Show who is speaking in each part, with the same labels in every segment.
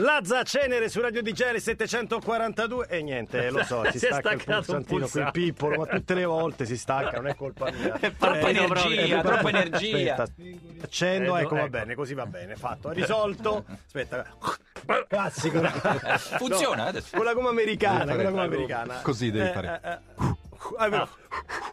Speaker 1: Lazza Cenere su Radio Digere 742 e niente, lo so, si
Speaker 2: Si è
Speaker 1: stacca il
Speaker 2: staccato un
Speaker 1: pulsantino qui
Speaker 2: pulsante.
Speaker 1: pippolo, ma tutte le volte si stacca, non è colpa mia.
Speaker 2: troppa
Speaker 1: Eh, no,
Speaker 2: energia,
Speaker 1: proprio.
Speaker 3: troppa
Speaker 1: Aspetta,
Speaker 3: energia.
Speaker 1: aspetta, Accendo,
Speaker 2: Eh,
Speaker 1: ecco,
Speaker 2: no,
Speaker 1: va
Speaker 2: ecco.
Speaker 1: bene, così va bene, fatto, risolto. Aspetta. Classico.
Speaker 3: Funziona eh, adesso.
Speaker 1: Con la gomma americana,
Speaker 4: Devi
Speaker 1: con la gomma
Speaker 4: fare-
Speaker 1: americana.
Speaker 4: così devi
Speaker 1: Eh,
Speaker 4: fare.
Speaker 1: eh, eh. Ah, è vero.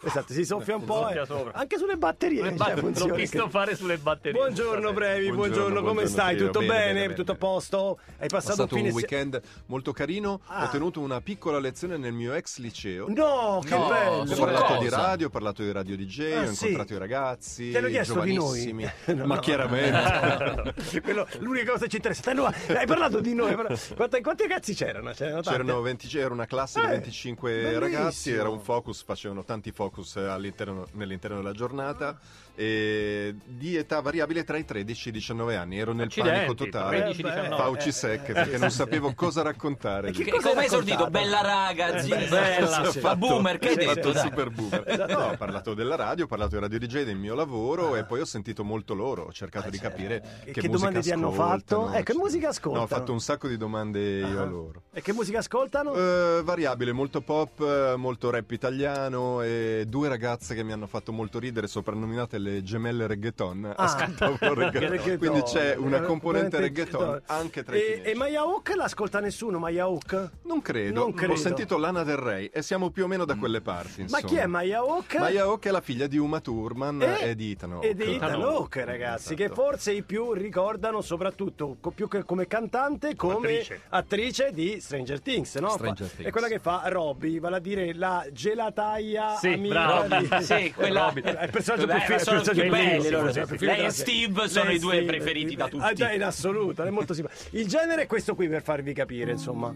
Speaker 1: Esatto, si soffia un po'.
Speaker 2: Soffia
Speaker 1: eh.
Speaker 2: sopra.
Speaker 1: Anche sulle batterie.
Speaker 2: Le
Speaker 1: cioè,
Speaker 2: bat-
Speaker 1: funziona
Speaker 2: l'ho visto
Speaker 1: che-
Speaker 2: fare sulle batterie.
Speaker 1: Buongiorno Brevi, buongiorno,
Speaker 4: Buongiorno,
Speaker 1: come
Speaker 4: buongiorno,
Speaker 1: stai?
Speaker 4: Piero.
Speaker 1: Tutto
Speaker 4: Bene,
Speaker 1: bene?
Speaker 4: bene, bene,
Speaker 1: Tutto a
Speaker 4: bene.
Speaker 1: posto? Hai
Speaker 4: È
Speaker 1: passato,
Speaker 4: stato un
Speaker 1: fine se-
Speaker 4: weekend molto carino.
Speaker 1: Ah.
Speaker 4: Ho tenuto una piccola lezione nel mio ex liceo.
Speaker 1: No, che
Speaker 3: No,
Speaker 1: bello!
Speaker 4: Ho
Speaker 3: su
Speaker 4: parlato
Speaker 3: cosa?
Speaker 4: di radio, ho parlato di radio DJ,
Speaker 1: Ah,
Speaker 4: ho
Speaker 1: sì.
Speaker 4: incontrato i ragazzi,
Speaker 1: Ti hanno chiesto di noi?
Speaker 4: giovanissimi.
Speaker 1: No,
Speaker 4: ma
Speaker 1: no.
Speaker 4: chiaramente.
Speaker 1: Quello- l'unica cosa che ci interessa. Te lo- hai parlato di noi. però- Quanti, quanti ragazzi c'erano? C'erano tanti?
Speaker 4: C'erano 20 era una classe
Speaker 1: Eh,
Speaker 4: di 25 ragazzi,
Speaker 1: bellissimo.
Speaker 4: era un focus, facevano tanti focus all'interno, nell'interno della giornata, e di età variabile tra i 13 e i 19 anni. Ero nel panico
Speaker 2: Accidenti,
Speaker 4: totale,
Speaker 2: 13,
Speaker 1: Eh, beh,
Speaker 2: 19.
Speaker 4: Fauci sec, perché non sapevo cosa raccontare.
Speaker 1: che
Speaker 4: lì.
Speaker 3: E come
Speaker 1: raccontato?
Speaker 3: hai esordito? Bella raga, zia,
Speaker 2: bella,
Speaker 3: fa
Speaker 2: sì.
Speaker 4: esatto.
Speaker 3: boomer, che hai
Speaker 1: Eh, Sì, Esatto.
Speaker 3: detto?
Speaker 4: fatto il
Speaker 3: dai?
Speaker 4: super boomer. No, ho parlato della radio, ho parlato di radio DJ, del mio lavoro e poi ho sentito molto loro, ho cercato di capire
Speaker 1: E
Speaker 4: che,
Speaker 1: Ah, certo. che
Speaker 4: musica
Speaker 1: domande ti hanno
Speaker 4: ascoltano,
Speaker 1: fatto? Eh, che
Speaker 4: eccetera.
Speaker 1: musica ascoltano? Ah.
Speaker 4: No, ho fatto un sacco di domande io a loro.
Speaker 1: E che musica ascoltano?
Speaker 4: Eh, variabile, molto pop, eh, molto rap italiano e due ragazze che mi hanno fatto molto ridere, soprannominate le gemelle reggaeton.
Speaker 1: Ah.
Speaker 4: Ascoltavo reggaeton.
Speaker 1: Reggaeton.
Speaker 4: Quindi c'è una
Speaker 1: Eh,
Speaker 4: componente reggaeton anche tra i
Speaker 1: E, e
Speaker 4: teenager.
Speaker 1: Maya Hawk l'ascolta nessuno, Maya Hawk?
Speaker 4: Non credo.
Speaker 1: Non credo.
Speaker 4: Ho sentito Lana Del Rey e siamo più o meno da quelle parti.
Speaker 1: Ma
Speaker 4: insomma.
Speaker 1: chi è Maya Hawk?
Speaker 4: Maya Hawk è la figlia di Uma Thurman
Speaker 1: E-
Speaker 4: e, di Ethan Hawke.
Speaker 1: Eh, E di Ethan
Speaker 2: Hawke,
Speaker 1: Hawke, ragazzi, che
Speaker 4: Esatto.
Speaker 1: forse i più ricordano soprattutto co- più che come cantante, come attrice,
Speaker 2: Attrice.
Speaker 1: di Stranger Things, no?
Speaker 4: Stranger
Speaker 1: Fa- È
Speaker 4: Things.
Speaker 1: quella che fa Robbie, vale a dire la gelataia
Speaker 2: Sì,
Speaker 1: amica
Speaker 2: bravo.
Speaker 1: di...
Speaker 3: Sì, quella-
Speaker 1: È il personaggio più
Speaker 3: Beh,
Speaker 1: figo, è il
Speaker 3: sono
Speaker 1: personaggio
Speaker 3: più
Speaker 1: più
Speaker 3: belli
Speaker 1: figo,
Speaker 3: loro,
Speaker 1: sì,
Speaker 3: sono
Speaker 1: più
Speaker 3: più
Speaker 1: figo
Speaker 3: Lei
Speaker 1: da-
Speaker 3: e Steve sono
Speaker 1: Lei e
Speaker 3: i due
Speaker 1: Steve,
Speaker 3: preferiti da
Speaker 1: eh,
Speaker 3: tutti.
Speaker 1: dai, in assoluto, è molto simpatico. Il genere è questo qui per farvi capire, insomma.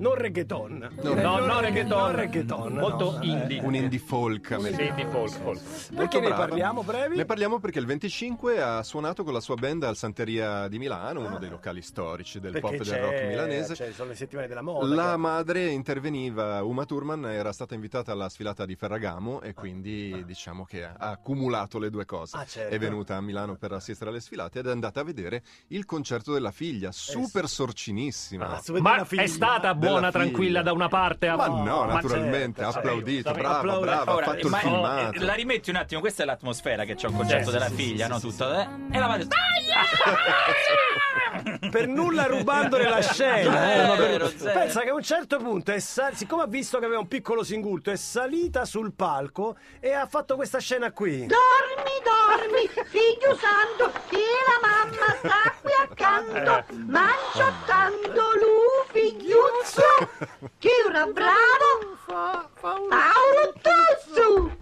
Speaker 1: Non reggaeton.
Speaker 2: No,
Speaker 1: Eh,
Speaker 2: no, no,
Speaker 1: Non
Speaker 2: reggaeton.
Speaker 1: reggaeton.
Speaker 2: Molto
Speaker 1: no. eh.
Speaker 2: indie.
Speaker 4: Un indie folk
Speaker 2: Sì,
Speaker 4: americano.
Speaker 2: di folk, folk.
Speaker 1: Perché
Speaker 4: Molto
Speaker 1: ne
Speaker 4: brava.
Speaker 1: parliamo, brevi?
Speaker 4: Ne parliamo perché il 25 ha suonato con la sua band al Santeria di Milano, uno dei locali storici del
Speaker 1: Perché
Speaker 4: pop e del
Speaker 1: c'è-
Speaker 4: rock milanese.
Speaker 1: cioè, sono le settimane della moda.
Speaker 4: La
Speaker 1: che-
Speaker 4: madre interveniva, Uma Thurman era stata invitata alla sfilata di Ferragamo e quindi diciamo che ha ha accumulato le due cose.
Speaker 1: Ah, certo.
Speaker 4: È venuta a Milano per assistere alle sfilate ed è andata a vedere il concerto della figlia, super sorcinissima.
Speaker 1: Ah, super-
Speaker 2: Ma
Speaker 1: Della figlia.
Speaker 2: è stata buona,
Speaker 4: Della
Speaker 2: tranquilla
Speaker 4: figlia.
Speaker 2: da una parte? a-
Speaker 4: Ma no,
Speaker 1: ma
Speaker 4: naturalmente,
Speaker 1: certo,
Speaker 4: applaudito,
Speaker 2: certo.
Speaker 4: brava,
Speaker 1: Applaude-
Speaker 4: brava,
Speaker 3: Ora,
Speaker 4: ha fatto il
Speaker 3: ma-
Speaker 4: filmato.
Speaker 3: eh, la rimetti un attimo, questa è l'atmosfera che c'è un concerto
Speaker 2: Sì,
Speaker 3: della
Speaker 2: sì,
Speaker 3: figlia,
Speaker 2: sì,
Speaker 3: no?
Speaker 2: sì,
Speaker 3: Tutto, eh? E la madre...
Speaker 1: per nulla rubandole la scena. eh,
Speaker 3: Zero,
Speaker 1: ma per-
Speaker 3: zero.
Speaker 1: Pensa che a un certo punto, è sal- siccome ha visto che aveva un piccolo singulto, è salita sul palco e ha fatto questa scena qui.
Speaker 5: Dormi, dormi, figlio santo, che la mamma sta qui accanto. Mangia tanto lui, figliuzzo, che ora bravo, Paolo Tozzo.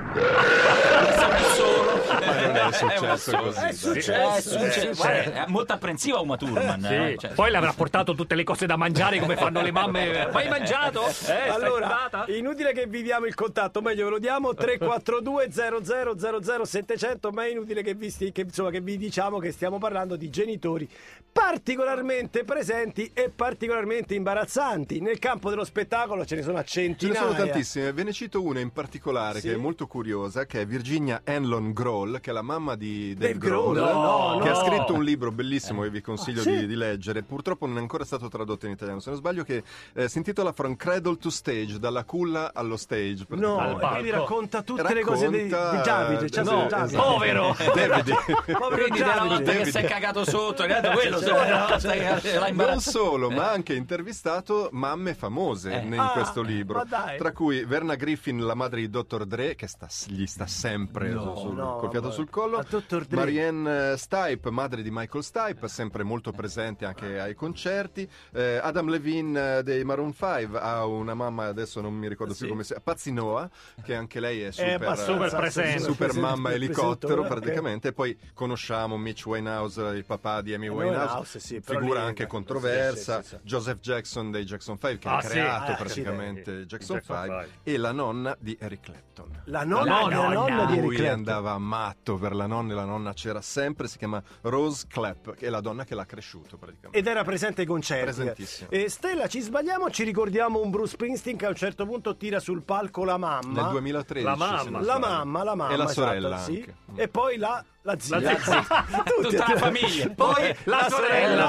Speaker 4: non è
Speaker 3: È un
Speaker 4: successo
Speaker 3: assurdo.
Speaker 4: così.
Speaker 1: È
Speaker 4: dai.
Speaker 3: Eh,
Speaker 1: successo.
Speaker 3: succede, guarda, è molto apprensiva Uma Thurman. eh,
Speaker 2: Sì.
Speaker 3: cioè-
Speaker 2: Poi le avrà portato tutte le cose da mangiare come fanno le mamme. Ma hai mangiato? Eh, stai
Speaker 1: Allora,
Speaker 2: stata?
Speaker 1: inutile che vi diamo il contatto, meglio ve lo diamo 342 0000 700, ma è inutile che vi, sti- che, insomma, che vi diciamo che stiamo parlando di genitori particolarmente presenti e particolarmente imbarazzanti. Nel campo dello spettacolo ce ne sono a
Speaker 4: Ce ne
Speaker 1: centinaia.
Speaker 4: sono tantissime, ve ne cito una in particolare
Speaker 1: Sì?
Speaker 4: che è molto curiosa, che è Virginia Enlon Groll, che è la mamma di Dave,
Speaker 1: Dave Grohl, no,
Speaker 4: che
Speaker 1: no.
Speaker 4: ha scritto un libro bellissimo che vi consiglio
Speaker 1: Ah, sì?
Speaker 4: di, di leggere. Purtroppo non è ancora stato tradotto in italiano, se non sbaglio, che eh, si intitola From Cradle to Stage, dalla culla allo stage.
Speaker 1: No,
Speaker 2: Al
Speaker 1: e
Speaker 4: praticamente.
Speaker 2: palco.
Speaker 1: quindi racconta tutte le cose di, di
Speaker 4: Racconta-
Speaker 1: Davide. Cioè,
Speaker 4: No,
Speaker 1: Davide.
Speaker 4: esatto.
Speaker 2: Povero!
Speaker 4: Davide.
Speaker 1: Povero
Speaker 3: Quindi dalla volta
Speaker 1: Davide.
Speaker 3: che si è cagato sotto, ragazzi, quello
Speaker 1: Sì,
Speaker 3: se-
Speaker 1: no,
Speaker 3: se- l'ha
Speaker 4: Non
Speaker 3: imbarazzato.
Speaker 4: solo, ma ha anche intervistato mamme famose in
Speaker 1: Eh. Ah,
Speaker 4: questo libro.
Speaker 1: ma dai.
Speaker 4: Tra cui Verna Griffin, la madre di Dr. Dre, che sta- gli sta sempre sul-
Speaker 1: no,
Speaker 4: colpiato
Speaker 1: vabbè.
Speaker 4: sul collo.
Speaker 1: A Dr. Dre.
Speaker 4: Marianne eh, Stipe, madre di Michael Stipe, sempre molto presente anche ai concerti. Eh, Adam Levine eh, dei Maroon 5 ha una mamma, adesso non mi ricordo più come si chiama, Pazzi Noah, che anche lei è super,
Speaker 1: Eh, ma super
Speaker 4: eh,
Speaker 2: presente.
Speaker 4: super mamma
Speaker 1: Presente,
Speaker 4: elicottero
Speaker 1: presente, ok.
Speaker 4: praticamente. E poi conosciamo Mitch Winehouse, il papà di Amy
Speaker 1: Eh, Winehouse,
Speaker 4: Winehouse,
Speaker 1: sì, però
Speaker 4: figura
Speaker 1: lì-
Speaker 4: anche controversa.
Speaker 1: sì, sì, sì, sì.
Speaker 4: Joseph Jackson dei Jackson 5 che
Speaker 2: Ah,
Speaker 4: ha
Speaker 2: sì,
Speaker 4: creato
Speaker 1: ah,
Speaker 4: praticamente
Speaker 2: sì,
Speaker 4: Jackson
Speaker 2: Jackson
Speaker 4: 5
Speaker 2: Five.
Speaker 4: e la nonna di Eric Clapton.
Speaker 1: La nonna, la
Speaker 2: La
Speaker 1: nonna
Speaker 2: nonna.
Speaker 1: di Eric
Speaker 4: Lui
Speaker 1: Clapton.
Speaker 4: andava matto per la la nonna e la nonna c'era sempre, si chiama Rose Clapp, che è la donna che l'ha cresciuto praticamente.
Speaker 1: Ed era presente ai concerti.
Speaker 4: Presentissimo.
Speaker 1: Eh, Stella, ci sbagliamo o ci ricordiamo un Bruce Springsteen che a un certo punto tira sul palco la mamma?
Speaker 4: Nel 2013.
Speaker 2: La
Speaker 4: se non
Speaker 2: mamma.
Speaker 4: sbaglio.
Speaker 1: La mamma, la mamma.
Speaker 4: E la
Speaker 1: esatto,
Speaker 4: sorella
Speaker 1: sì.
Speaker 4: anche. Mm.
Speaker 1: E poi la, la zia.
Speaker 2: La
Speaker 1: Tutti-
Speaker 3: Tutta la famiglia. Eh,
Speaker 2: Poi la, sorella.
Speaker 4: la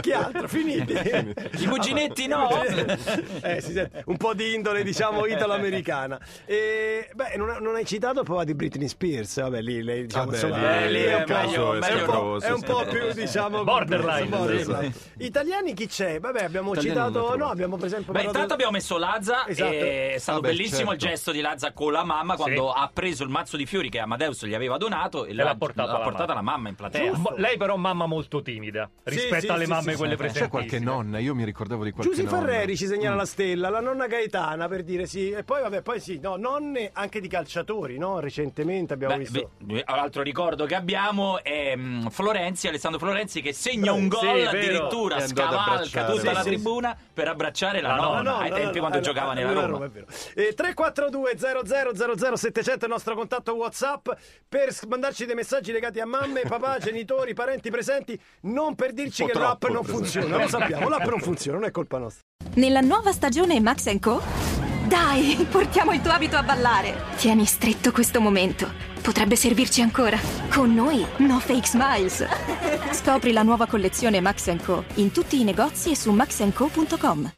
Speaker 1: Chi altro? Finiti.
Speaker 3: I cuginetti no.
Speaker 1: Eh, si sente un po' di indole, diciamo, italo-americana. E, beh, non, non hai citato poi di Britney Spears. Vabbè, lì lei diciamo,
Speaker 4: Vabbè,
Speaker 1: insomma,
Speaker 4: lì-
Speaker 1: lì
Speaker 3: lì
Speaker 1: è un
Speaker 3: è
Speaker 1: caso
Speaker 3: meglio-
Speaker 1: è un po',
Speaker 4: meglio-
Speaker 1: è un po' più, diciamo,
Speaker 2: Borderline,
Speaker 1: complesso,
Speaker 4: sì.
Speaker 1: borderline. Italiani chi c'è? Vabbè, abbiamo
Speaker 4: Italiani non ne ho
Speaker 1: citato, no,
Speaker 4: trovati.
Speaker 1: abbiamo per esempio
Speaker 3: Beh,
Speaker 1: parlato-
Speaker 3: intanto abbiamo messo Lazza
Speaker 1: Esatto.
Speaker 3: e è stato
Speaker 4: Vabbè,
Speaker 3: bellissimo il
Speaker 4: certo.
Speaker 3: gesto di Lazza con la mamma quando ha preso il mazzo di fiori che Amadeus gli aveva donato e,
Speaker 2: l'ha portato alla
Speaker 3: la mamma in platea.
Speaker 2: Giusto. Ma- Lei però mamma molto timida rispetto
Speaker 1: sì,
Speaker 2: alle
Speaker 1: sì,
Speaker 2: mamme
Speaker 1: sì,
Speaker 2: quelle
Speaker 1: sì.
Speaker 2: presenti.
Speaker 4: Eh, C'è qualche nonna, io mi ricordavo di qualche
Speaker 1: Giusy
Speaker 4: nonna. Mm.
Speaker 1: Ferreri ci
Speaker 3: Mm.
Speaker 1: segnala la stella, la nonna Gaetana per dire sì, e poi vabbè, poi sì, no, nonne anche di calciatori, no? Recentemente abbiamo
Speaker 3: Beh,
Speaker 1: visto.
Speaker 3: beh, l'altro ricordo che abbiamo è mm, Florenzi, Alessandro Florenzi che segna un
Speaker 2: Sì,
Speaker 3: gol
Speaker 2: vero.
Speaker 3: addirittura
Speaker 4: È andato ad
Speaker 3: scavalca
Speaker 4: abbracciare.
Speaker 3: tutta
Speaker 4: Sì,
Speaker 3: la
Speaker 4: sì,
Speaker 3: tribuna per abbracciare la,
Speaker 2: La
Speaker 3: nonna,
Speaker 2: nonna,
Speaker 3: ai tempi quando giocava nella Roma.
Speaker 1: è vero. Eh, 342 00 700 il nostro contatto WhatsApp per s- mandarci dei messaggi legati a mamme, papà, genitori, parenti presenti, non per dirci
Speaker 4: Un po'
Speaker 1: che l'app
Speaker 4: troppo
Speaker 1: non
Speaker 4: presente.
Speaker 1: funziona, lo sappiamo, l'app non funziona, non è colpa nostra.
Speaker 6: Nella nuova stagione Max Co? Dai, portiamo il tuo abito a ballare. Tieni stretto questo momento. Potrebbe servirci ancora. Con noi, no fake smiles. Scopri la nuova collezione Max Co in tutti i negozi e su maxco.com.